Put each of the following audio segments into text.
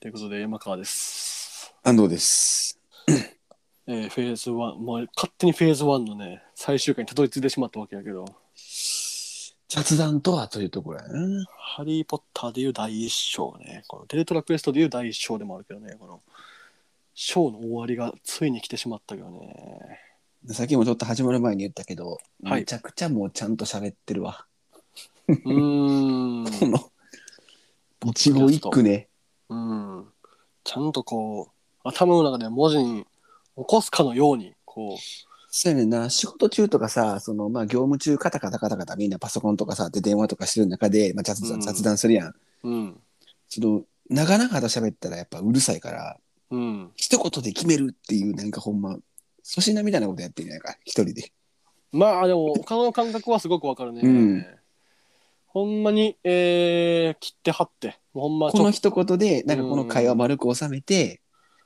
ということで、山川です。安藤です。えーフェーズ1、もう勝手にフェーズ1のね、最終回にたどり着いてしまったわけやけど、雑談とはというところやな。ハリー・ポッターでいう第一章ね、このデルトラクエストでいう第一章でもあるけどね、この、章の終わりがついに来てしまったけどね。さっきもちょっと始まる前に言ったけど、はいめちゃくちゃもうちゃんと喋ってるわ。うーん。この、一語一句ね。うん、ちゃんとこう頭の中で文字に起こすかのようにこそうやねんな、仕事中とかさ、その、まあ、業務中、カタカタカタカタ、みんなパソコンとかさ、で電話とかしてる中で、まあ、雑うん談雑談するやん。ううんその、長々と喋ったらやっぱうるさいから、うん一言で決めるっていう、なんかほんま、粗品みたいなことやってるやんか、一人で。まあでも他の感覚はすごくわかるね、うんほんまに、えー切ってはってほんまちこょのっと一言で、なんかこの会話丸く収めて、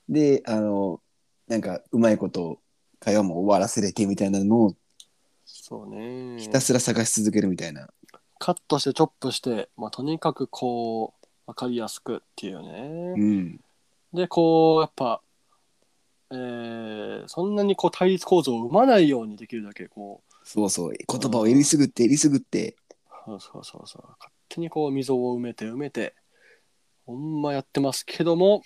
で、あの、なんかうまいこと会話も終わらせれてみたいなのをそうねひたすら探し続けるみたいな。カットしてチョップして、まあ、とにかくこうわかりやすくっていうね、うん。でこうやっぱ、えーそんなにこう対立構造を生まないようにできるだけこうそうそう。言葉をえりすぐって、えりすぐって。そうそうそうそう勝手にこう溝を埋めて埋めてほんまやってますけども、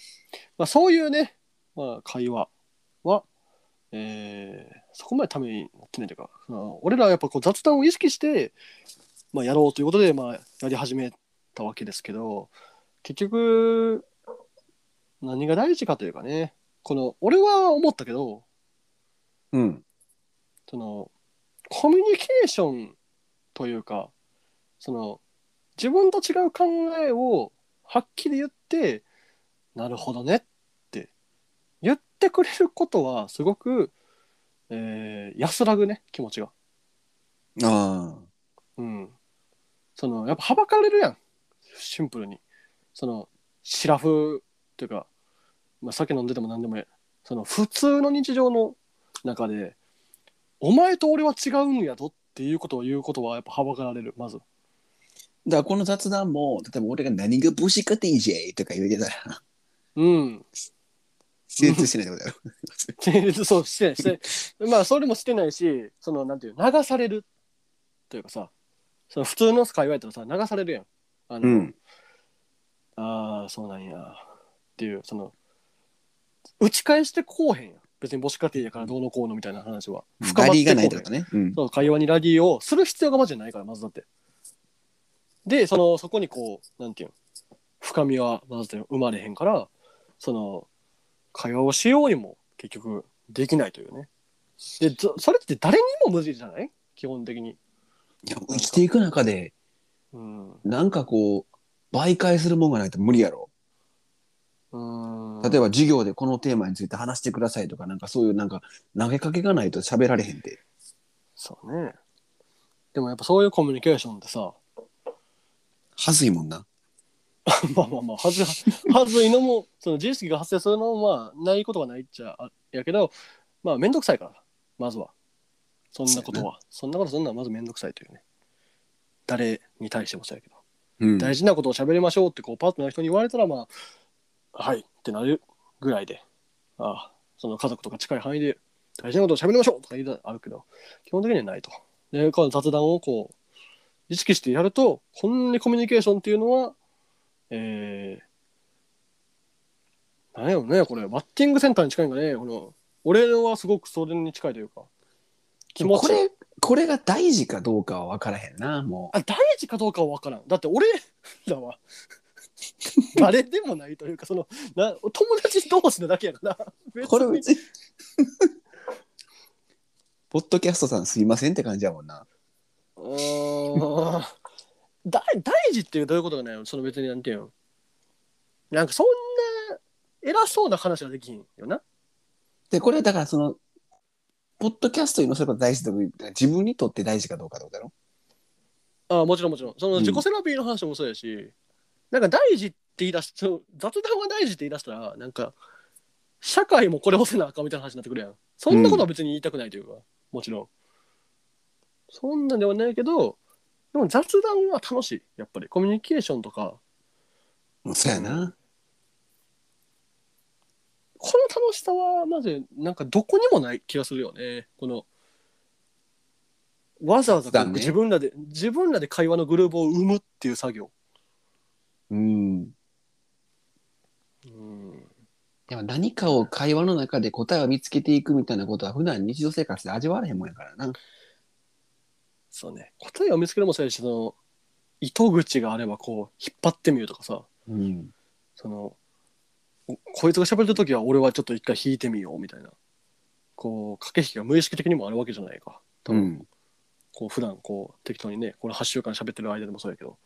まあ、そういうね、まあ、会話は、えーそこまでためになってないというか、まあ俺らはやっぱこう雑談を意識して、まあ、やろうということで、まあ、やり始めたわけですけど結局何が大事かというかねこの俺は思ったけどうん。そのコミュニケーションというかその自分と違う考えをはっきり言ってなるほどねって言ってくれることはすごく、えー安らぐね気持ちが。ああ。うん、そのやっぱはばかれるやんシンプルにそのシラフっていうか、まあ、酒飲んでても何でもええその普通の日常の中でお前と俺は違うんやぞっていうことを言うことはやっぱはばかられるまずだからこの雑談も、例えば俺が何が武士かていいじゃいとか言うてたら、 うん 成立してないってことだろ。成立そうしてしてまあそれもしてないしそのなんていう流されるというかさその普通の会話やったらさ流されるやんあの、ん。ああそうなんやっていうその打ち返してこうへんやん別に母子家庭やからどうのこうのみたいな話はバリーがないっこてうへこんとね。うん。そう会話にラリーをする必要がまずないからまずだってでそのそこにこうなんていうん深みはまず生まれへんからその会話をしようにも結局できないというねでずそれって誰にも無理じゃない基本的にいや生きていく中で、うんうなんかこう、媒介するもんがないと無理やろ。ーん例えば授業でこのテーマについて話してくださいとかなんかそういうなんか投げかけがないと喋られへんでそうねでもやっぱそういうコミュニケーションってさはずいもんな まあまあまあはずはずいのもその自意識が発生するのもまあないことがないっちゃあやけどまあ面倒くさいからまずはそんなことはそんなことそんなのまず面倒くさいというね誰に対してもそうやけど、うん大事なことを喋りましょうってこうパートナーの人に言われたらまあはいってなるぐらいでああその家族とか近い範囲で大事なことを喋りましょうとか言うのはあるけど基本的にはないと。でこの雑談をこう意識してやるとこんなにコミュニケーションっていうのはえー、なんやろねこれバッティングセンターに近いんかねこの俺はすごくそれに近いというか気持こちれこれが大事かどうかは分からへんなもあ大事かどうかは分からんだって俺らは 誰でもないというかそのな友達同士のだけやからう別これに別にポッドキャストさんすいませんって感じやもんなうーんだ大事っていうどういうことがないのその別になんていうのなんかそんな偉そうな話はできひんよなでこれだからそのポッドキャストに載せることが大事だと自分にとって大事かどうかってことだろあもちろんもちろんそのうん自己セラピーの話もそうやし、なんか大事って言い出しそう雑談が大事って言い出したらなんか社会もこれをせなあかんみたいな話になってくるやんそんなことは別に言いたくないというか、もちろんそんなんではないけどでも雑談は楽しいやっぱりコミュニケーションとかそうやなこの楽しさはまずなんかどこにもない気がするよねこのわざわざこだうね自分らで、自分らで会話のグループを生むっていう作業うん。うんでも何かを会話の中で答えを見つけていくみたいなことは普段日常生活で味わわれへんもんやからな。そうね答えを見つけるのもそうやしその糸口があればこう引っ張ってみるとかさうん。そのおこいつが喋ってる時は俺はちょっと一回引いてみようみたいなこう駆け引きが無意識的にもあるわけじゃないか多う分、ん。こう普段こう適当にねこの8週間喋ってる間でもそうやけど、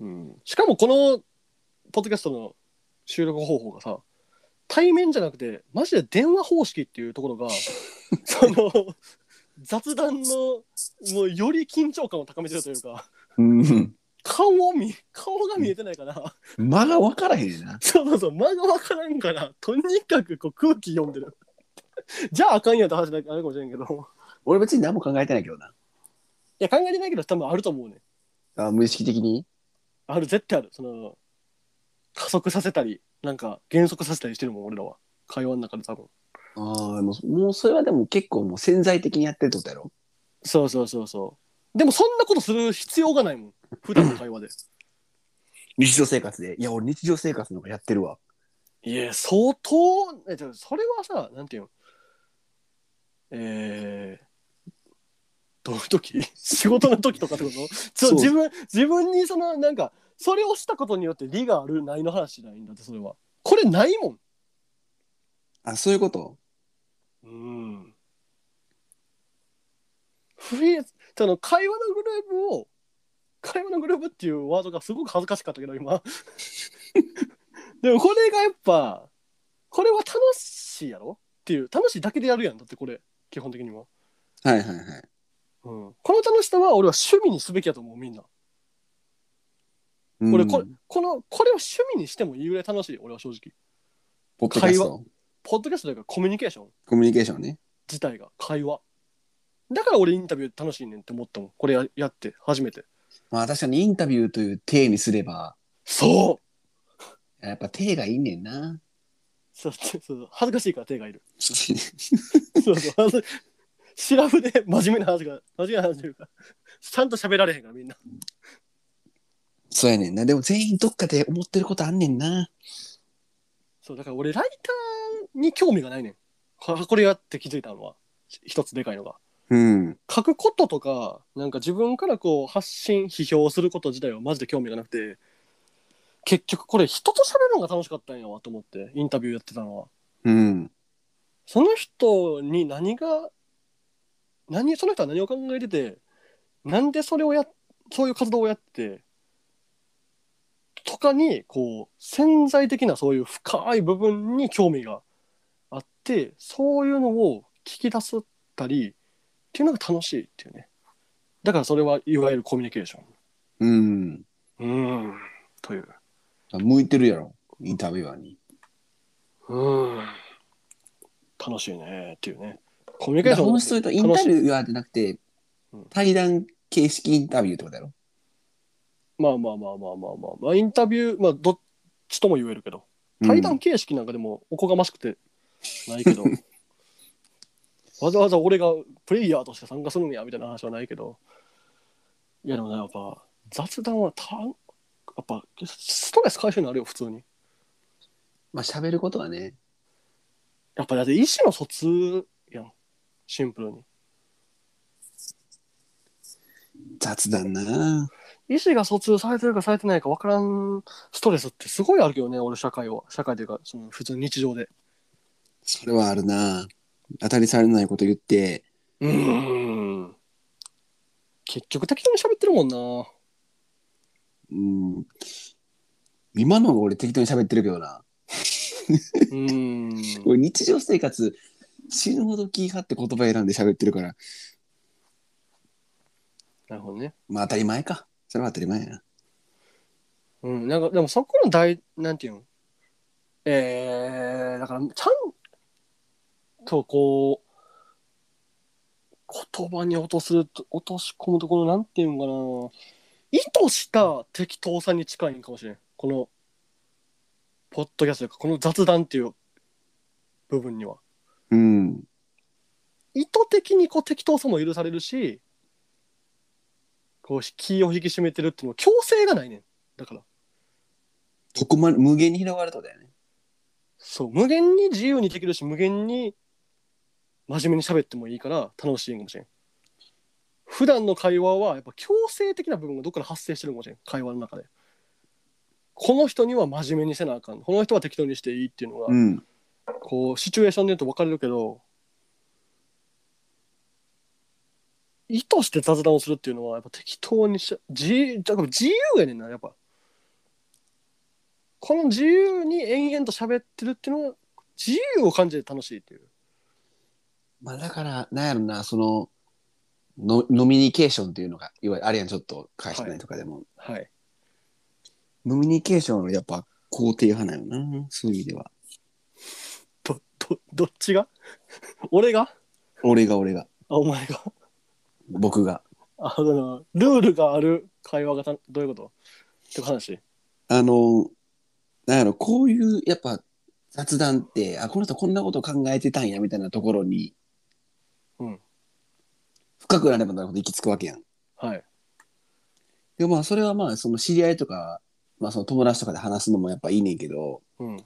うん、しかもこのポッドキャストの収録方法がさ対面じゃなくてマジで電話方式っていうところがその雑談のもうより緊張感を高めてるというかうん。顔を見顔が見えてないから。間が分からへんな。そうそうそう、間が分からんから、とにかくこう空気読んでる。じゃああかんやんって話だあるかもしれんけど。い俺別に何も考えてないけどな。や、考えてないけど、多分あると思うね。あ無意識的にある、絶対ある。その、加速させたり、なんか減速させたりしてるもん、俺らは。会話の中で多分。ああ、もうもうそれはでも結構もう潜在的にやってるってことやろそうそうそうそう。でもそんなことする必要がないもん。普段の会話で。日常生活で。いや、俺日常生活の方がやってるわ。いや、相当、えでもそれはさ、なんていうのえー、どういう 時仕事の時とかってことちそうょ自分、自分にその、なんか、それをしたことによって利がある、ないの話じゃないんだって、それは。これないもん。あ、そういうことうん。フリーズ、その、会話のグループを、会話のグループっていうワードがすごく恥ずかしかったけど、今。 でも、これがやっぱ、これは楽しいやろっていう、楽しいだけでやるやん。だって、これ、基本的には。はいはいはい。うん。この楽しさは、俺は趣味にすべきやと思う、みんな。俺、これ、この、これを趣味にしてもいいぐらい楽しい、俺は正直。ポッドキャス会トポッドキャストというか、コミュニケーションコミュニケーションね。自体が、会話。だから俺インタビュー楽しいねんって思ったもん。これややって、初めて。まあ確かにインタビューという体にすれば、そうやっぱ体がいいねん な。そうそうそう恥ずかしいから手がいる。そうそう恥ずシラフで真面目な話が真面目な話というかちゃんと喋られへんからみんな。そうやねんな。でも全員どっかで思ってることあんねんな。そうだから俺ライターに興味がないねん。はこれやって気づいたのはひ一つでかいのが。うん。書くこととかなんか自分からこう発信批評すること自体はマジで興味がなくて結局これ人と喋るのが楽しかったんやわと思ってインタビューやってたのは。うん。その人に何が何その人は何を考えててなんでそれをやそういう活動をやってとかにこう潜在的なそういう深い部分に興味があってそういうのを聞き出すったりっていうのが楽しいっていうねだからそれはいわゆるコミュニケーショうん。ンうんという向いてるやろ。インタビュアーに。うん楽しいねっていうねコミュニケーション楽しそうとインタビュアーじゃなくてうん、対談形式インタビューってことやろ。まあまあまあまあまあまあ、まあ、インタビュー、まあ、どっちとも言えるけど、対談形式なんかでもおこがましくてないけど、わざわざ俺がプレイヤーとして参加するんやみたいな話はないけど、いやでもね、やっぱ雑談はた、やっぱストレス解消になるよ、普通に。まあ喋ることはね。やっぱだって意思の疎通やん、シンプルに。雑談な。意思が疎通されてるかされてないか分からんストレスってすごいあるけどね、俺社会は。社会というか、その普通に日常で。それはあるな。当たり障りのないこと言って、うーん結局適当に喋ってるもんな。うん。今の俺適当に喋ってるけどな。うーん。俺日常生活、死ぬほど気張って言葉選んで喋ってるから、なるほどね。まあ当たり前か。それは当たり前やな。うん。なんか、でもそこの大、なんていうのえー、だから、ちゃんとこう、言葉に落とすると、落とし込むところ、なんていうのかな。意図した適当さに近いんかもしれん。この、ポッドキャストというかこの雑談っていう部分にはうん。意図的にこう適当さも許されるしこう気を引き締めてるっていうのは強制がないねんだからここまで無限に広がるってことだよね。そう無限に自由にできるし無限に真面目に喋ってもいいから楽しいんかもしれん普段の会話はやっぱ強制的な部分がどっから発生してるんかもしれん会話の中でこの人には真面目にせなあかんこの人は適当にしていいっていうのが、うん。こうシチュエーションで言うと分かれるけど意図して雑談をするっていうのはやっぱ適当にし自だから自由やねんなやっぱこの自由に延々と喋ってるっていうのは自由を感じて楽しいっていうまあだから、なんやろな、その、のノミニケーションっていうのが、いわゆるあれやん、ちょっと返してないとかでも、はいノミニケーションはやっぱ肯定派なんよな、そういう意味では。どどどっちが 俺が俺が俺が、あお前が僕が。あだからルールがある会話がたどういうことって話あの、なんやろ、こういう、やっぱ、雑談って、あ、この人こんなこと考えてたんや、みたいなところに、うん。深くなればなるほど行き着くわけやん。はいでもまあ、それはまあ、その知り合いとか、まあ、その友達とかで話すのもやっぱいいねんけど、うん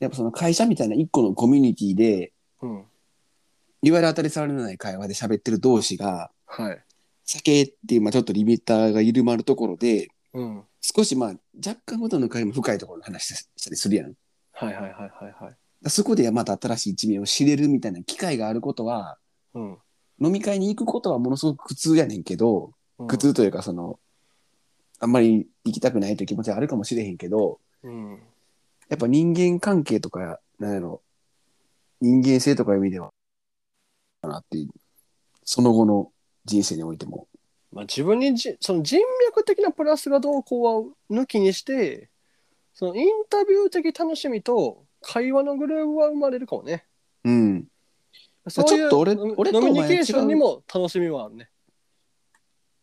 やっぱその会社みたいな一個のコミュニティで、うんいわゆる当たり障りのない会話で喋ってる同士が、はい酒っていう、まあ、ちょっとリミッターが緩まるところで、うん少しまあ、若干ごとの会も深いところの話したりするやん。だかはいはいはいはいはいらそこでまた新しい一面を知れるみたいな機会があることは、うん飲み会に行くことはものすごく苦痛やねんけど、うん苦痛というかその、あんまり行きたくないという気持ちはあるかもしれへんけど、うんやっぱ人間関係とか、なんやろ、人間性とかいう意味では、かなっていう、その後の人生においても。まあ、自分にじその人脈的なプラスがどうこうは抜きにしてそのインタビュー的楽しみと会話のグルーヴは生まれるかもねうん。そういうちょっと俺ノミ俺とノお前ミニケーションにも楽しみはあるね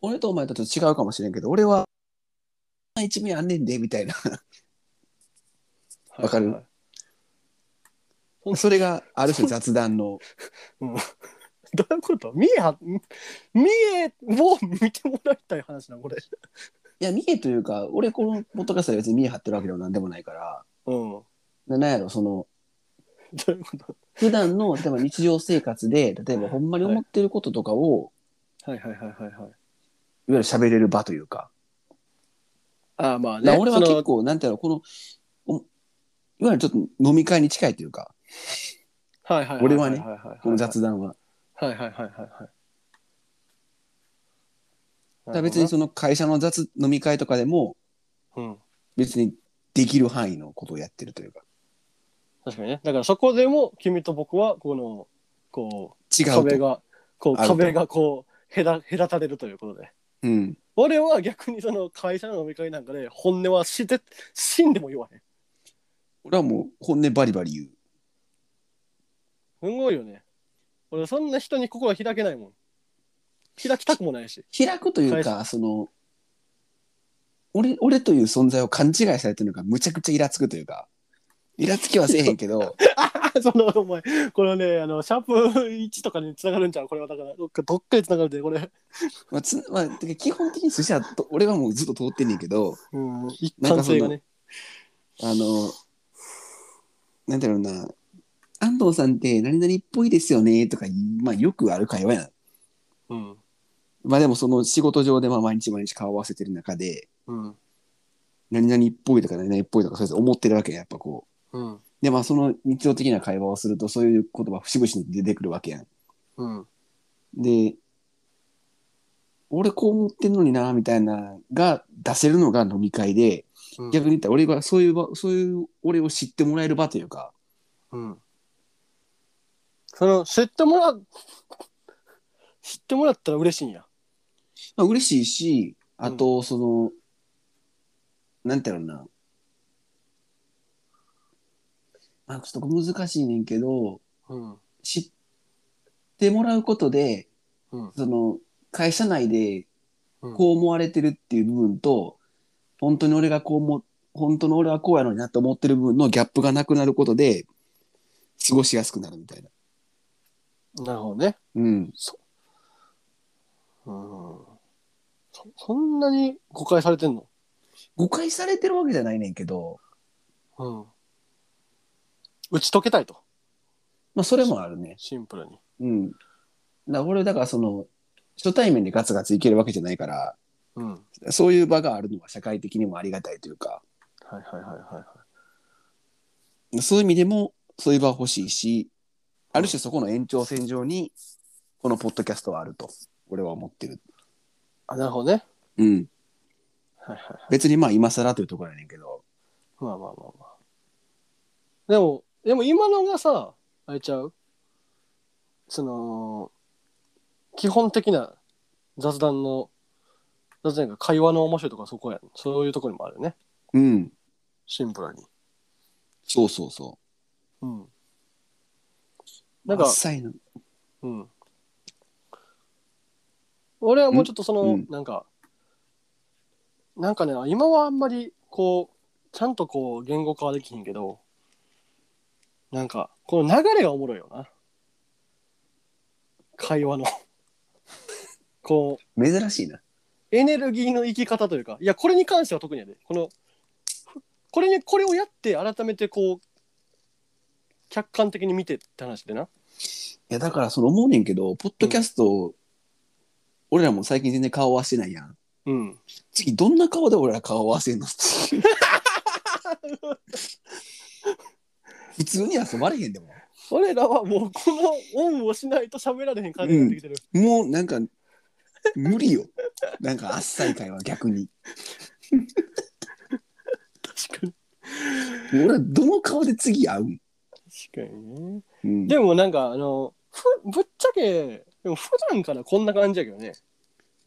俺とお前とちょっと違うかもしれんけど、俺は、こんな一面あんねんで、みたいな。 わかるはい はいうんそれがある種そう雑談の。どういうこと見えは見えを見てもらいたい話なこれいや、見えというか、俺この元カスは別に見え張ってるわけでもなんでもないから、うんどななんやろ、その、ういうこと普段の例えば日常生活で例えばほんまに思ってることとかを、はいはいはいはいはいい、わゆる喋れる場というかああまあだかねら俺はその結構なんていうのこのおいわゆるちょっと飲み会に近いというかはいはいいいい俺はねいいいこの雑談は、はいはいはいはいはいだから別にその会社の雑飲み会とかでもうん別にできる範囲のことをやってるというか確かにね。だからそこでも君と僕はこのこう違うと壁がこうあると壁がこう隔隔たれるということで。うん、俺は逆にその会社の飲み会なんかで本音はして死んでも言わへん。俺はもう本音バリバリ言うすごいよね。俺そんな人に心は開けないもん。開きたくもないし。 開くというかその俺俺という存在を勘違いされてるのがむちゃくちゃイラつくというかイラつきはせえへんけどそのお前これねあのシャープ1とかに繋がるんじゃんこれはだからどっかどっかに繋がるでこれ。まあつまあ、てか基本的に寿司はと俺はもうずっと通ってんねんけどうん一貫性がね。あのなんだろうのな安藤さんって何々っぽいですよねとか、まあ、よくある会話やんうんまあでもその仕事上でまあ毎日毎日顔合わせてる中でうん何々っぽいとか何々っぽいとかそうやって思ってるわけやんやっぱこううんでまあその日常的な会話をするとそういう言葉節々に出てくるわけやんうんで俺こう思ってんのになみたいなが出せるのが飲み会でうん逆に言ったら俺がそういう場そういう俺を知ってもらえる場というかうん。その、知ってもらう、知ってもらったら嬉しいんや。まあ嬉しいしあとその、なんていうのかな、まあ、ちょっと難しいねんけどうん。知ってもらうことでうん。その会社内でうんこう思われてるっていう部分と、本当に俺がこう思本当の俺はこうやのになって思ってる分のギャップがなくなることで、過ごしやすくなるみたいな。なるほどね。うん。うん。そそんなに誤解されてんの誤解されてるわけじゃないねんけど、うん。打ち解けたいと。まあ、それもあるね。シンプルに。うん。だから俺、だからその、初対面でガツガツいけるわけじゃないから、うん。はいそういう場があるのは社会的にもありがたいというか、はいはいはいはい。そういう意味でも、そういう場は欲しいし、ある種そこの延長線上に、このポッドキャストはあると、俺は思ってる。あ、なるほどね。うん。はいはいはい。別にまあ今更というところやねんけど、まあまあまあまあ。でも、でも今のがさ、あれちゃうその、基本的な雑談の、雑談が会話の面白いとかそこやん。そういうとこにもあるよね。うん。シンプルに。そうそうそうん。う。なんかあっさいのうん。俺はもうちょっとその、うんなんか、なんかね、今はあんまりこう、ちゃんとこう、言語化はできひんけど、なんか、この流れがおもろいよな。会話の。 こう、珍しいな。エネルギーの生き方というか、いや、これに関しては特にやで。この、これに、これをやって改めてこう、客観的に見てって話でな。いや、だからその思うねんけど、ポッドキャスト、俺らも最近全然顔合わせてないやん。うん。次、どんな顔で俺ら顔合わせんの普通には遊ばれへんでも。俺らはもうこのオンをしないと喋られへん感じになってきてる、もうなんか、無理よ。なんか、あっさい会話逆に。確かに俺らどの顔で次会うん、確かにねうんでもなんかあのふぶっちゃけでも普段からこんな感じやけどね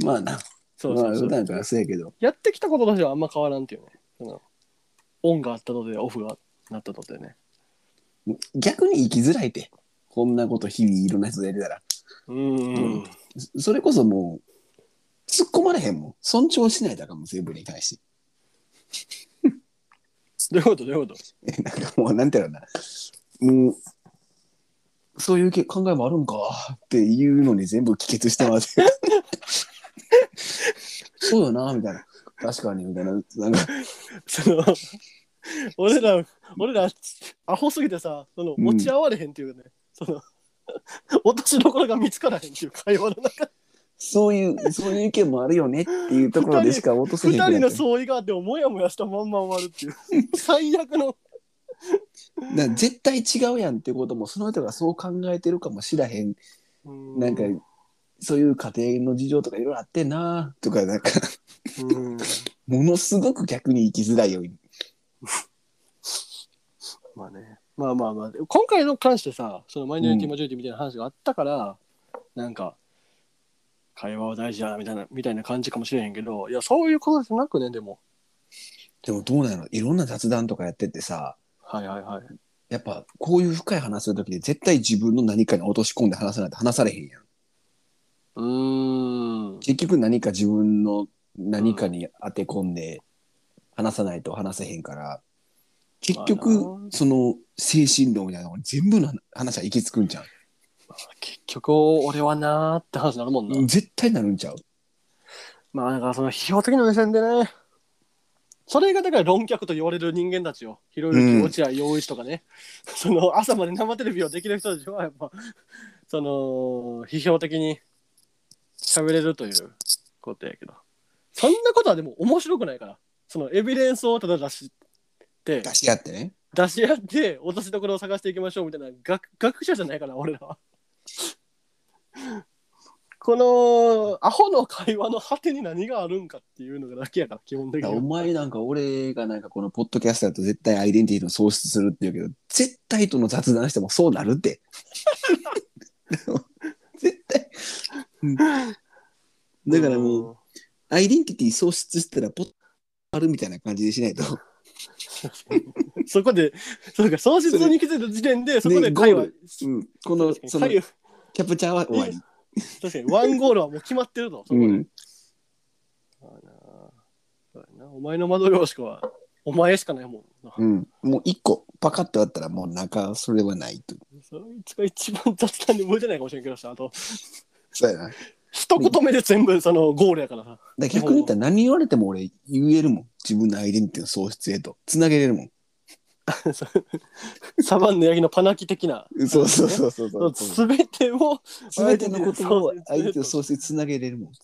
まあな、そうそうそう、まあ、普段からそうやけど。やってきたこととしてはあんま変わらんっていうねそのオンがあったとでオフがなったとでね逆に生きづらいて。こんなこと日々いろんな人でやるたら。うんうんそそれこそもう、突っ込まれへんもん。尊重しないだからもう全部に対して。どういうことどういうことえなんかもう、なんて いうのかな。もう、そういうけ考えもあるんかっていうのに全部帰結してます。 そうよな、みたいな。確かに、みたいな。なんか、その 俺ら俺らアホすぎてさそのうん持ち合われへんっていうね、その 落としどころが見つからへんっていう会話の中そういう、そういう意見もあるよねっていうところでしか落とせへん二くなっ人のて相違があってももやもやしたまんま終わるっていう 最悪のだから絶対違うやんってことも、その人がそう考えてるかもしらへん。なんか、そういう家庭の事情とかいろいろあってんなとか、なんか、 ものすごく逆に生きづらいよ。まあねまあまあまあ今回の関してさそのマイノリティマジョリティみたいな話があったから、なんか会話は大事だなみたいなみたいな感じかもしれへんけどいやそういうことじゃなくねでもでもどうなのいろんな雑談とかやっててさ、はいはいはいやっぱこういう深い話するときで絶対自分の何かに落とし込んで話さないと話されへんやん。うーん結局何か自分の何かに当て込んで話さないと話せへんから、結まあな局その精神論やのに全部の話は行き着くんじゃ結局俺はなーって話になるもんな、ん。絶対なるんちゃう。まあだからその批評的な目線でねそれがだから論客と言われる人間たちよひろゆうきん落合陽一とかね、その朝まで生テレビをできる人たちはやっぱその批評的に喋れるということやけどそんなことはでも面白くないからそのエビデンスをただ出して出し合ってね。出し合って落としどころを探していきましょうみたいな学学者じゃないから俺らは このアホの会話の果てに何があるんかっていうのがだけやから基本的だからおに前なんか俺がなんかこのポッドキャストだと絶対アイデンティティの喪失するって言うけど、絶対との雑談してもそうなるって。絶対。うんだからもう、うんアイデンティティ喪失したらポッあるみたいな感じにしないと。そこでそうか喪失に気づいた時点でそこで会話、ゴーうん、この確かにその会キ話ャプチャーは終わり。確かにワンゴールはもう決まってる とそこで、うん、そうやなそうやなお前の窓様しかはお前しかないもんな。うん。もう一個、パカッとあったらもう中、それはないと。そいつが一番雑談で向いてないかもしれんけどさ、あと、そうやな。一言目で全部そのゴールやからさ。だから逆に言ったら何言われても俺言えるもん。自分のアイデンティティの喪失へと。つなげれるもん。 サバンナ八木のパナキ的な。そうそうそうそうそう。すべてを、すべてのことを相手の喪失につなげれるもん。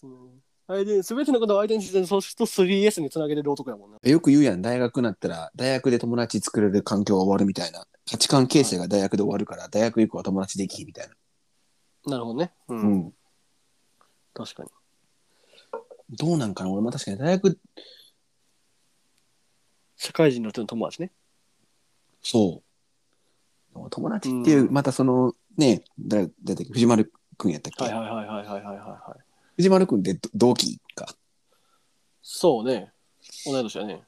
すべてのことをアイデンティティの喪失と 3S につなげれる男やもんな。よく言うやん、大学になったら、大学で友達作れる環境が終わるみたいな。価値観形成が大学で終わるから、大学以降は友達できひんみたいな。なるほどね。う。うんん。確かに。どうなんかな俺も確かに大学、社会人の人の友達ね。そう。友達っていう、うんまたその、ね、誰だったっけ、藤丸くんやったっけ、はいはいはいはいはいはいはい。藤丸くんってど同期か。そうね。同い年だね。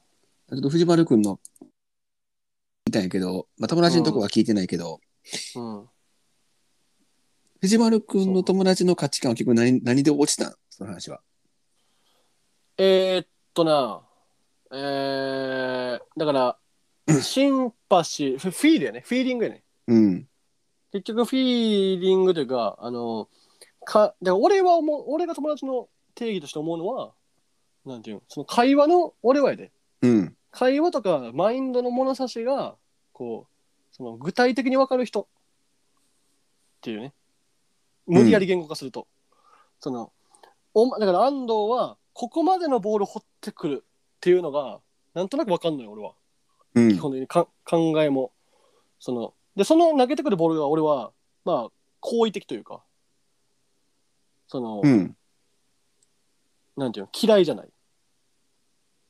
ちょっと藤丸くんの、見たんやけど、まあ、友達のとこは聞いてないけど、うん。藤丸くんの友達の価値観は結局何何で落ちたんその話は。えー、っとな、えー、だ から、シンパシー、フフィールやね。フィーリングやね。うん。結局、フィーリングというか、あの、か、だから俺は思う、俺が友達の定義として思うのは、なんていうの、その会話の、俺はやで。うん。会話とかマインドの物差しが、こう、その具体的に分かる人っていうね。無理やり言語化すると。その、おま、だから安藤は、ここまでのボール掘ってくるっていうのが、なんとなく分かんのよ、俺は。う基ん。本的にか考えもそのでその投げてくるボールが俺はまあ好意的というかその、うん。なんていうの嫌いじゃない、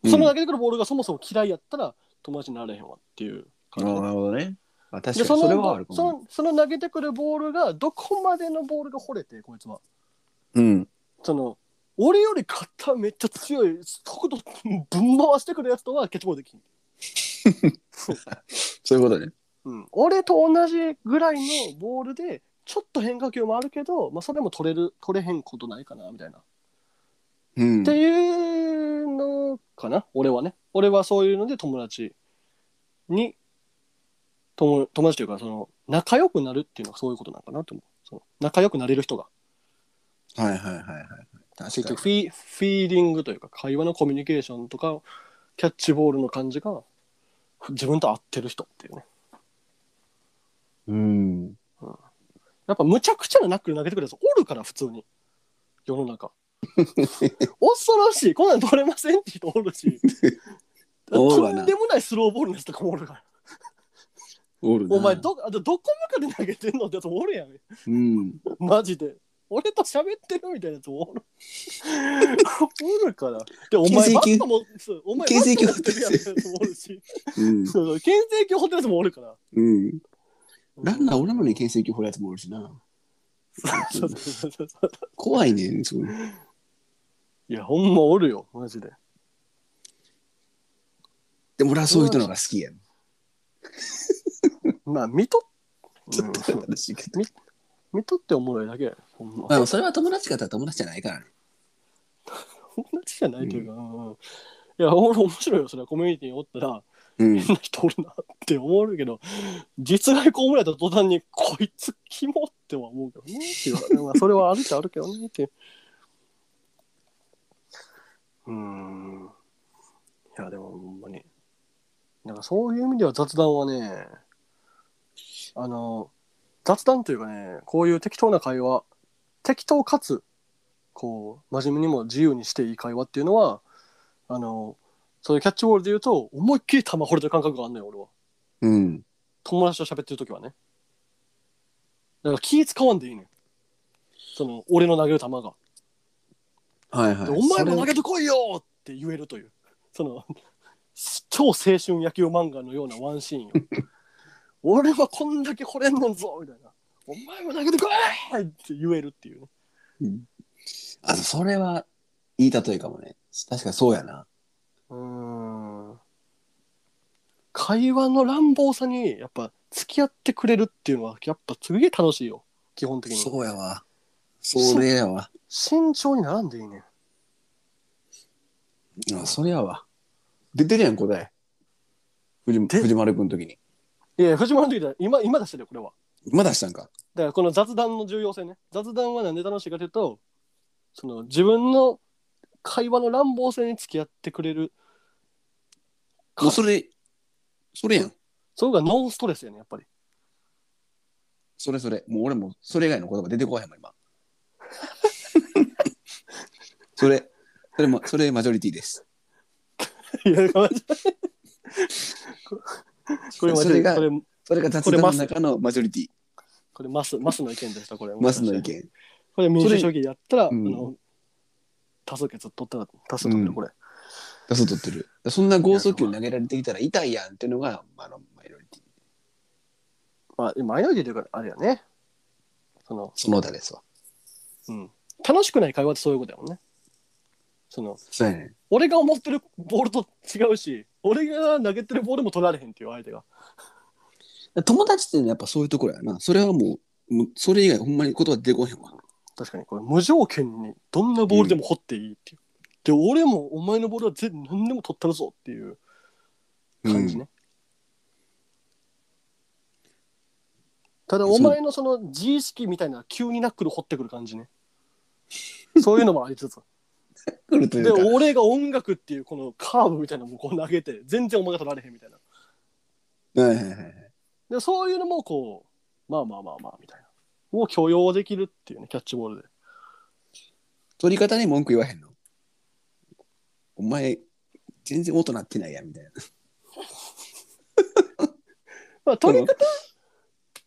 その投げてくるボールがそもそも嫌いやったら友達になれへんわっていうああ感じー、なるほどね。あ確かでにそそれのはあるかそも。のその投げてくるボールがどこまでのボールが掘れてこいつはうん。その俺より肩めっちゃ強い速度ぶん回してくるやつとは結構できんそういうことね。うん、俺と同じぐらいのボールでちょっと変化球もあるけど、まあ、それも取れる取れへんことないかなみたいな、うん。っていうのかな俺はね俺はそういうので友達に友友達というかその仲良くなるっていうのはそういうことなのかなと思うその仲良くなれる人がはいはいはいはいはい。確結かに局。フィフィーリングというか会話のコミュニケーションとかキャッチボールの感じが自分と合ってる人っていうねうん。やっぱむちゃくちゃなナックル投げてくるやつおるから普通に世の中 恐ろしいこんなん取れませんって人おるし おるとわなんでもないスローボールのやつとかもおるからおるなお前どあとどこ向かって投げてんのってやつもおるやんうん。マジで俺と喋ってるみたいなやつもおる おるからでお前牽制バ球ットもそうお前バ牽制ッ球ト持ってるやんってやつもおるしうん。そうそう牽制球掘ってるやつもおるからうん。ランナーおらんのに牽制球掘るやつもおるしな。 そうそうそうそうそう怖いねん。そういやほんまおるよマジででも俺はそういう人の方が好きやん。まあ見とちょっと楽しいけど。 見とっておもろいだけほん ままあ、それは友達かったら友達じゃないからね。友達じゃないというか、うんいや俺面白いよそれはコミュニティにおったら うん変な人おるなって思うけど実害被られた途端にこいつキモっては思うけどねっていう、まあ、それはあるっちゃあるけどねっていううんいやでもほんまになんかそういう意味では雑談はねあの雑談というかねこういう適当な会話適当かつこう真面目にも自由にしていい会話っていうのはあのそういうキャッチボールで言うと思いっきり球掘れてる感覚があんのよ俺はうん。友達と喋ってる時はねだから気使わんでいいねんその俺の投げる球が、はいはい。でお前も投げてこいよって言えるというその超青春野球漫画のようなワンシーン よ俺はこんだけ掘れんのんぞみたいなお前も投げてこいって言えるっていうねあ、それは、いい例えかもね。確かにそうやな。うーん会話の乱暴さにやっぱ付き合ってくれるっていうのはやっぱすげえ楽しいよ基本的にそうやわ。それやわ。慎重に並んでいいねあそれやわ。出てるやん、答え。藤で藤丸君の時に。いやいや藤丸の時だ今今出してるよこれはまだしたんか。だからこの雑談の重要性ね雑談は何で楽しいかというとその自分の会話の乱暴性に付き合ってくれるもうそれ、それやん。それがノンストレスやねやっぱり それそれ。もう俺もそれ以外の言葉出てこないもん、今。 それ、それも、それマジョリティです。いやこれこれそれがこれそれが雑談の中のマジョリティ。これマスマスの意見でしたこれ マスの意見。これ民そ主れ主義やったら、うんあの多数決取ったら多数取ってうんるこれ、出そうとってる。そんな剛速球投げられてきたら痛いやんっていうのが、あの、マジョリティ。まあマイノリティというかあれやねその、その他ですわ。うん、楽しくない会話ってそういうことやもんねそのそうやねん。俺が思ってるボールと違うし俺が投げてるボールも取られへんっていう相手が友達ってやっぱそういうところやな。それはもう、もうそれ以外ほんまに言葉出てこへんわ。確かにこれ無条件にどんなボールでも掘っていいっていう、で俺もお前のボールは全何でも取ったるぞっていう感じね、ただそうお前のその自意識みたいな急にナックル掘ってくる感じねそういうのもありつつ来るといでうか、俺が音楽っていうこのカーブみたいなのもこう投げて全然お前が取られへんみたいなはいはいはいはいでそういうのもこうまあまあまあまあみたいなを許容できるっていうねキャッチボールで取り方に文句言わへんの。お前、全然音鳴ってないやんみたいな。まあ、取り方、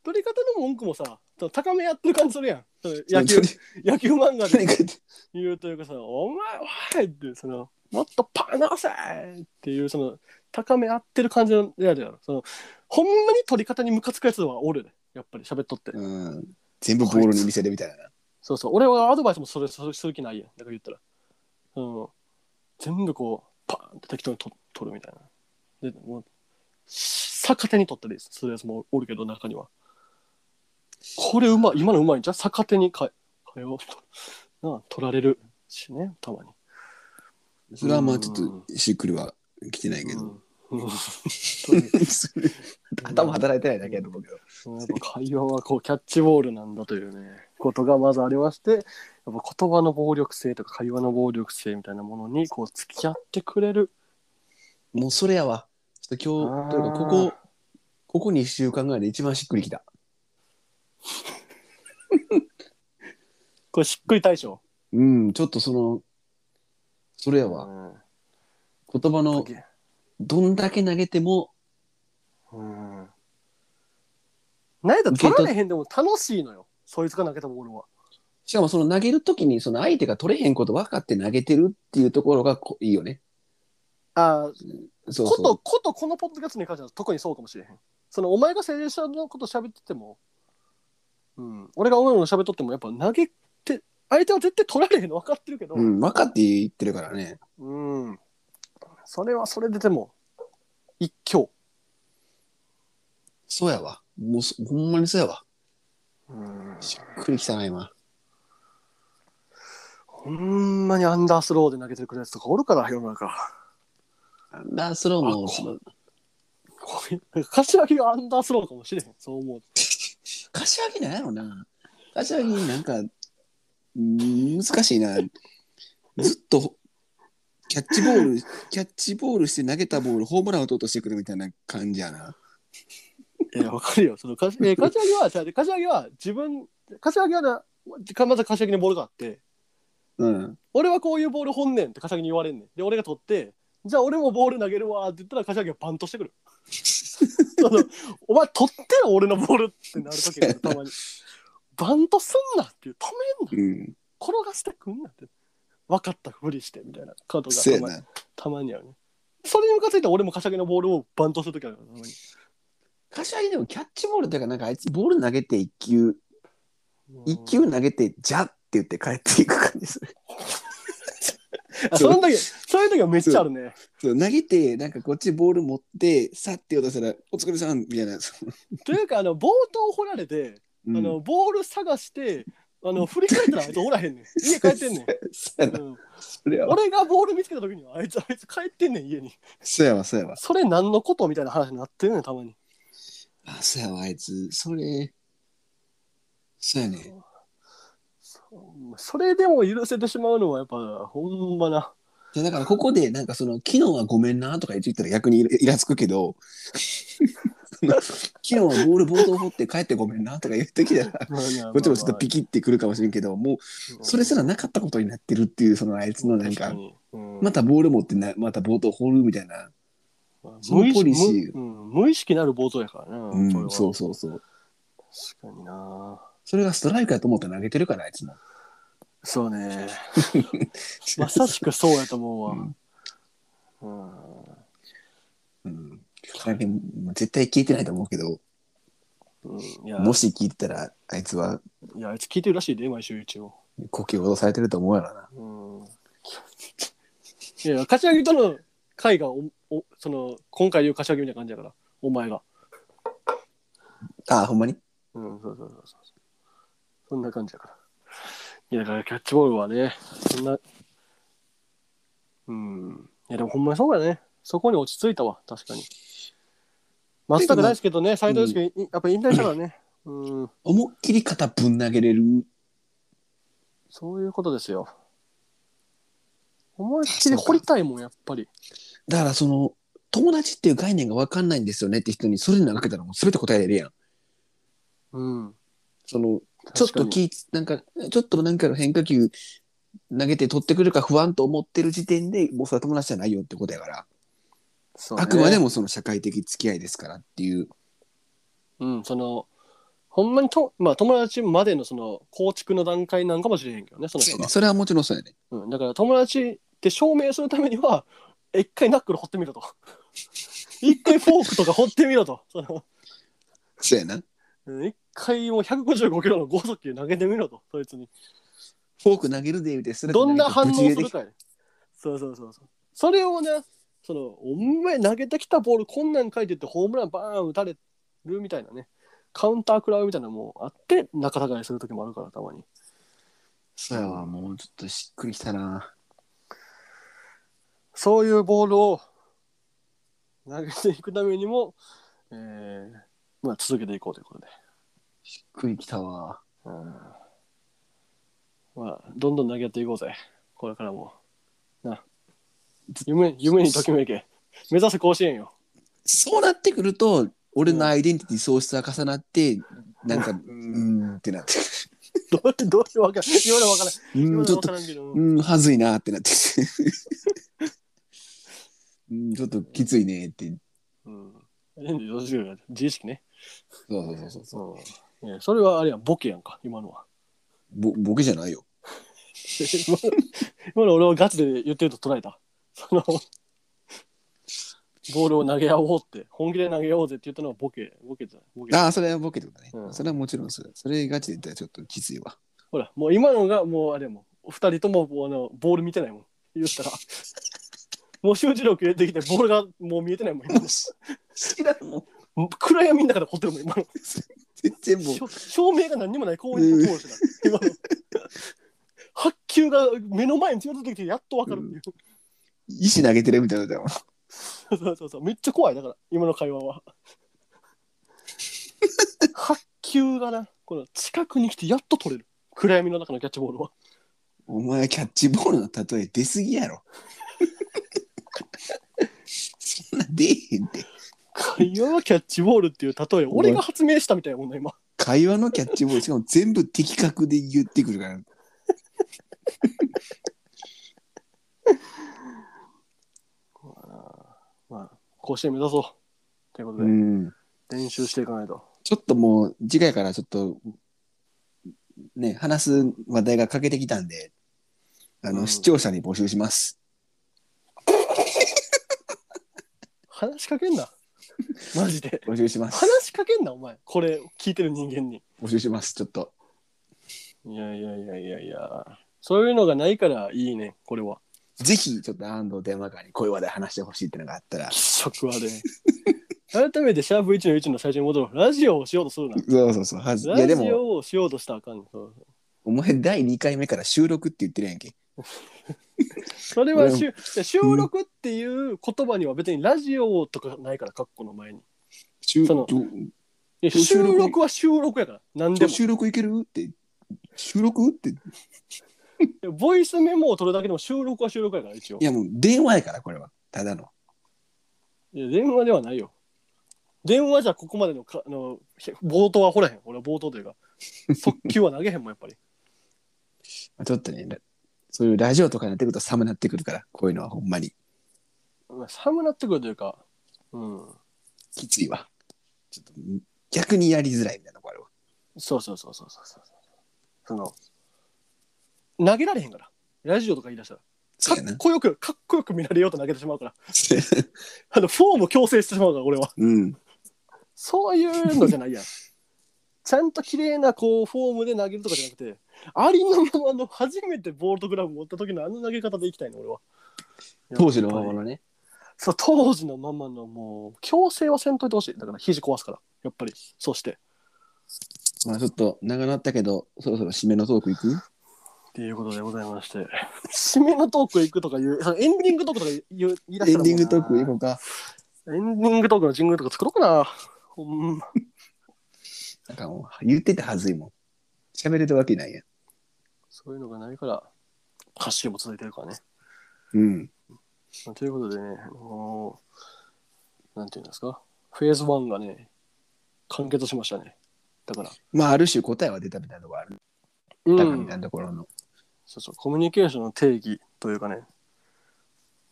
取り方の文句もさ、高めやってる感じするやん。その 野球取、り野球漫画取りで方言うというかさ、お前、おいって、その、もっとパン出せっていう、その、高め合ってる感じのやるやろ。その、ほんまに取り方にムカつくやつはおるで、やっぱり喋っとって。うん。全部ボールに見せるみたいな。そうそう、俺はアドバイスもそれそれする気ないやん。だから言ったら。うん。全部こう、パーンって適当にと取るみたいな。で、もう、逆手に取ったりするやつもおるけど、中には。これうまい、今のうまいんじゃう逆手に変え、変えようと。なあ、取られるしね、たまに。それはまあちょっとしっくりは来てないけど。うん。うん それ頭働いてないだけやと思うけど。そうやっぱ会話はこうキャッチボールなんだというねことがまずありましてやっぱ言葉の暴力性とか会話の暴力性みたいなものにこう付き合ってくれるもうそれやわ。ちょっと今日、というかここ、ここ2週間ぐらいで一番しっくりきた。これしっくり対象うん、ちょっとその、それやわ。言葉のどんだけ投げても、うん何やったら取られへんでも楽しいのよそいつが投げたボールはしかもその投げるときにその相手が取れへんこと分かって投げてるっていうところがこいいよね。あそうこそうと。ことこのポッドキャストに関しては特にそうかもしれへんそのお前が聖者のこと喋ってても、うん、俺がお前の喋っとってもやっぱ投げて相手は絶対取られへんの分かってるけど、うん、分かって言ってるからね。うん。それはそれででも、一挙。そうやわ。もうそほんまにそうやわ。うん。しっくりきたな、今。ほんまにアンダースローで投げてくるやつとかおるから、世の中。アンダースローも、あここれ柏木がアンダースローかもしれへん、そう思うと。柏木なんやろな。柏木なんか、うん難しいな。ずっと、キャッチボール、キャッチボールして投げたボール、ホームラン打とうとしてくるみたいな感じやな。いや、わかるよ。その、かし え柏木は、じゃあ柏木は自分、柏木はな、まず柏木にボールがあって、うん。俺はこういうボール本ねんって柏木に言われんねん。で、俺が取って、じゃあ俺もボール投げるわーって言ったら柏木がバントしてくる。 そのお前取ってよ俺のボールってなるときがたまに。バントすんなっていう止めんなうん。転がしてくんなって分かったふりしてみたいなことがそうたやまにな。たまにあるね。それにムカついて俺も柏木のボールをバントするときあるよたまに柏木でもキャッチボールというか、なんかあいつボール投げて一球、一球投げて、じゃって言って帰っていく感じする。あその時そういう時はめっちゃあるね。そう投げて、なんかこっちボール持って、さって落としたら、お疲れさんみたいな。そというかあの冒頭掘られて、のあうのん ボール探してあの振り返ったらあいつおらへんねん。家帰ってんねん。そうやなうんそれは俺がボール見つけた時にはあいつあいつ帰ってんねん家にそうやわそうやわそれ何のことみたいな話になってるねんたまにあそうやわあいつそれそうやねそうそれでも許せてしまうのはやっぱほんま なでだからここでなんかその「昨日はごめんな」とか言ってきたら逆にイライラつくけど その昨日はボール冒頭掘って帰ってごめんなとか言ってきたらもちろんちょっとピキキってくるかもしれんけどもうそれすらなかったことになってるっていうそのあいつのなんかままたボール持ってなまた冒頭掘るみたいな、その無意ポリシ識ー無,、うん、無意識なる冒頭やからな、うん、れはそうそうそう確かになそれがストライクやと思って投げてるからあいつもそうね まさしくそうやと思うわ、うん うん、だけどもう絶対聞いてないと思うけどうんいやもし聞いてたらあいつはいやあいつ聞いてるらしいで毎週一応呼吸を脅されてると思うやろなうん いや柏木との会がおおその今回言う柏木みたいな感じやからお前があほんまにうんそうそうそうそうそんな感じやからいやだからキャッチボールはねそんなうんいやでもほんまにそうやねそこに落ち着いたわ確かに松坂大輔とね斎藤祐介、やっぱ引退したからねうん思いっきり肩ぶん投げれるそういうことですよ思いっきり掘りたいもんやっぱりだからその友達っていう概念が分かんないんですよねって人にそれに投げかけたらもう全て答えれるやん。うんそのちょっと確かにきなんかちょっとなんかの変化球投げて取ってくるか不安と思ってる時点でもうそれは友達じゃないよってことやから、そうねあくまでもその社会的付き合いですからっていううん、そのほんまにと、まあ、友達までのその構築の段階なんかもしれへんけどねその人が、それはもちろんそうやねうん、だから友達って証明するためには一回ナックル掘ってみろと 一回フォークとか掘ってみろとそのそうやなうん一回もう155キロの剛速球投げてみろとそいつにフォーク投げるで言うてそれどんな反応すぶちる切れてきかやねそうそうそうそうそれをねそのお前投げてきたボールこんなん書いてってホームランバーン打たれるみたいなねカウンター食らうみたいなのもあって仲違いする時もあるからたまにそうやわもうちょっとしっくりきたなそういうボールを投げていくためにも、えーまあ、続けていこうということで、しっくりきたわまあ、どんどん投げていこうぜこれからもな夢夢にときめけ目指せ甲子園よそうなってくると俺のアイデンティティ喪失が重なってなんかうーんってなってくるどうやってどうしてわからん今のわからん今うのんちょわっかとらんけどうんはずいなってな ってきてうんちょっときついねってうんレンジどうしようか自意識ねそうそうそうそうそううんいやそれはあれやボケやんか今のは ぼボケじゃないよ今の今の俺はガチで言ってると捉えたそのボールを投げ合おうって本気で投げ合おうぜって言ったのはボケボケじゃボケああそれはボケってことね、うんそれはもちろんそれそれガチで言ったらちょっときついわほらもう今のがもうあれやもんお二人とももうあのボール見てないもん言ったらもう集中力入れてきてボールがもう見えてないもん今知らんもん 暗闇の中で掘ってるもん今の全然もう照照明が何にもない公園で通るしな今の発球が目の前に近づいてきてやっとわかるっていう、石投げてるみたいなのだもんそうそうそうめっちゃ怖いだから今の会話 は発球がなこの近くに来てやっと取れる暗闇の中のキャッチボールはお前キャッチボールの例え出すぎやろ そんな出えへんって会話はキャッチボールっていう例え俺が発明したみたいなもんな今会話のキャッチボールしかも全部的確で言ってくるからまあ甲子園目指そうということで、ん練習していかないとちょっともう次回からちょっとね話す話題が欠けてきたんであの、うん視聴者に募集します話しかけんなマジで募集します話しかけんなお前これ聞いてる人間に募集しますちょっといやいやいやいやいや、そういうのがないからいいね、これは。ぜひちょっと安藤電話会にこういう話題話してほしいってのがあったら気色悪 い。改めてシャープ1の1の最初に戻ろう。ラジオをしようとするな。そうそうそうはずいやラでジもオをしようとしたらあかんねんそうお前第2回目から収録って言ってるやんけそれはしゅ収録っていう言葉には別にラジオとかないから、カッコの前に。収そのどいや収録は収録やから、何でも。収録いけるって収録っていボイスメモを取るだけでも収録は収録やから、一応。いやもう電話やからこれはただのや、電話ではないよ。電話じゃここまでのかあのひ冒頭は掘らへん。俺は冒頭というか、速球は投げへんもん、やっぱり。ちょっとねラそういうラジオとかになってくると寒なってくるからこういうのはほんまにまあ寒なってくるというか、うん。きついわちょっと逆にやりづらいみたいなこれはそうそうそうそうそうそう。その、投げられへんから。ラジオとか言い出したら。そかうやな っこよく、かっこよく見られようと投げてしまうから。そうやなあの、フォームを強制してしまうから、俺は。うんそういうのじゃない やん。ちゃんと綺麗なこうフォームで投げるとかじゃなくて、ありのままの初めてボールとグラブ持った時のあの投げ方でいきたいの、俺は。当時のままのねそう、当時のままのもう、強制はせんといてほしい。だから、肘壊すから、やっぱり。そして。まあちょっと長なったけどそろそろ締めのトークいくっていうことでございまして、締めのトーク行くとかいう、そのエンディングトークとか言う言い出したらエンもうなディングトークいこうかエンディングトークのジングルとか作ろうかな。ほんまなんかもう言っててはずいもん喋れるわけないやんそういうのがないから、歌詞も続いてるからね。うんまあということでね、もう、なんていうんですか、フェーズ1がね、完結しましたね。だから、まあある種答えは出たみたいなところあるう高みんたい、なところのそうそう、コミュニケーションの定義というかね、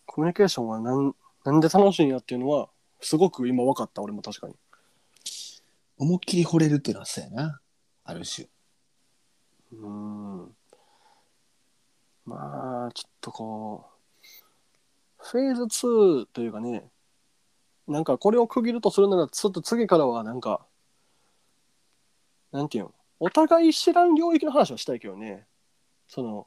コミュニケーションはなんなんで楽しいんやっていうのは、すごく今分かった、俺も確かに。思いっきり惚れるっていうのはそうやなある種うーんまあちょっとこうフェーズ2というかねなんかこれを区切るとするならちょっと次からはなんかなんていうのお互い知らん領域の話はしたいけどねその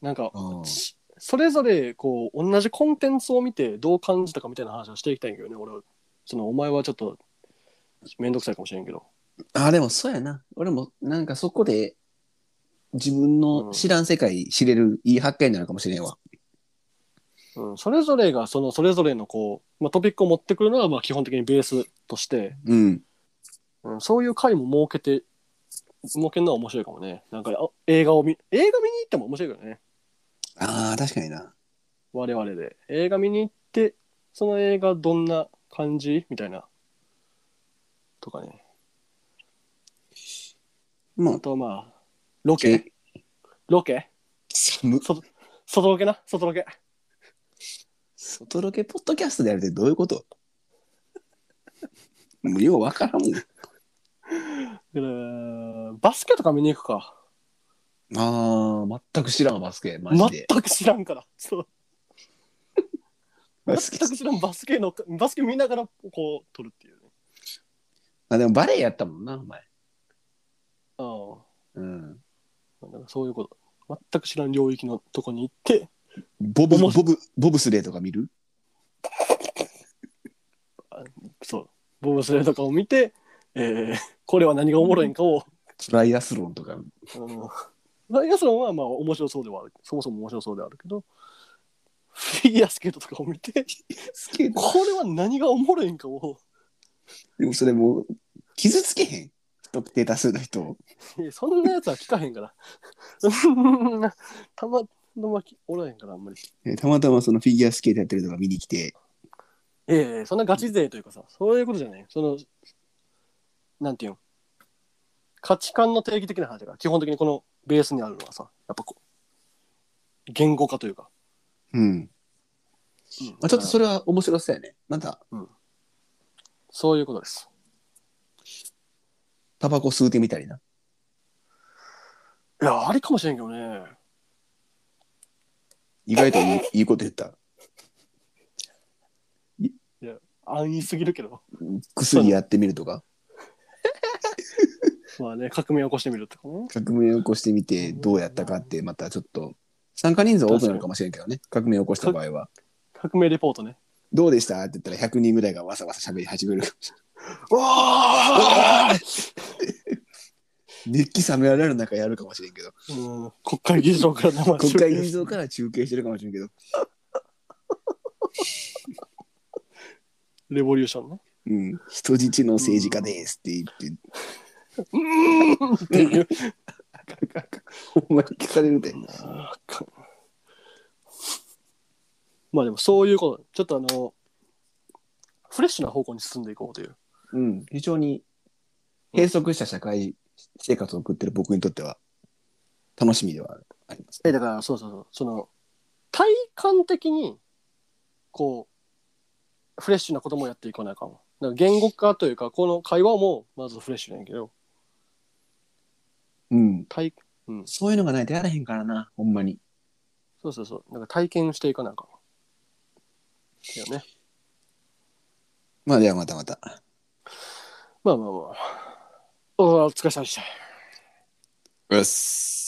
なんかしそれぞれこう同じコンテンツを見てどう感じたかみたいな話をしていきたいんやけどね俺はそのお前はちょっと面倒くさいかもしれんけどあでもそうやな俺もなんかそこで自分の知らん世界知れるいい発見になるかもしれんわうん、それぞれがそのそれぞれのこう、まあ、トピックを持ってくるのはまあ基本的にベースとして、うんうん、そういう回も設けて設けるのは面白いかもねなんかあ映画を見映画見に行っても面白いけどねあー確かにな我々で映画見に行ってその映画どんな感じみたいなとかねまああとはまあロケえロケ寒外ロケな外ロケ外ロケポッドキャストでやるってどういう こともうようわからんもんうーんバスケとか見に行くかあー全く知らんわバスケマジで全く知らんからそうバスケ全く知らんバスケのバスケ見ながらこう撮るっていうねあでもバレエやったもんなお前あうんあ、なんかそういうこと。全く知らん領域のとこに行って、ボブ面ボブボブスレーとか見るそう、ボブスレーとかを見て、えーこれは何がおもろいんかを、トライアスロンとかあの、ライアスロンはまあ面白そうではある。そもそも面白そうではあるけど、フィギュアスケートとかを見て、スケートこれは何がおもろいんかを、でもそれもう傷つけへん不特定多数の人をいやそんなやつは聞かへんから。そんなたまたまおらへんから、あんまり。えたまたまそのフィギュアスケートやってるとか見に来てええそんなガチ勢というかさ、そういうことじゃない。その、なんていうの価値観の定義的な話だから、基本的にこのベースにあるのはさ、やっぱこう、言語化というか。うん、うんまあ、ちょっとそれは面白そうやねまたそういうことです。タバコ吸うてみたりないや、ありかもしれんけどね。意外と いいいいこと言った安易すぎるけど。薬やってみるとかまあね、革命を起こしてみるとかね。革命を起こしてみてどうやったかってまたちょっと参加人数は多くなるかもしれんけどね革命を起こした場合は革命レポートね。どうでしたって言ったら100人ぐらいがわさわさ喋り始めるかもしれわあ 熱気冷められる中やるかもしれんけどうん、国会議事堂から生国会中継議事堂から中継してるかもしれんけどレボリューションね。うん人質の政治家ですって言ってうーんっていう。お前聞かれるであかんまあでもそういうこと、ちょっとあの、フレッシュな方向に進んでいこうという。うん非常に閉塞した社会生活を送ってる僕にとっては楽しみではありますえ、だからそうそうそう、その、体感的に、こう、フレッシュなこともやっていかないかも。だから言語化というか、この会話もまずフレッシュなんやけど、うん体、うん、そういうのがないとやらへんからなほんまにそうそうそう、なんか体験していかないかも。だよね。まあではまたまたまあまあまあ。お疲れ様でした。うっす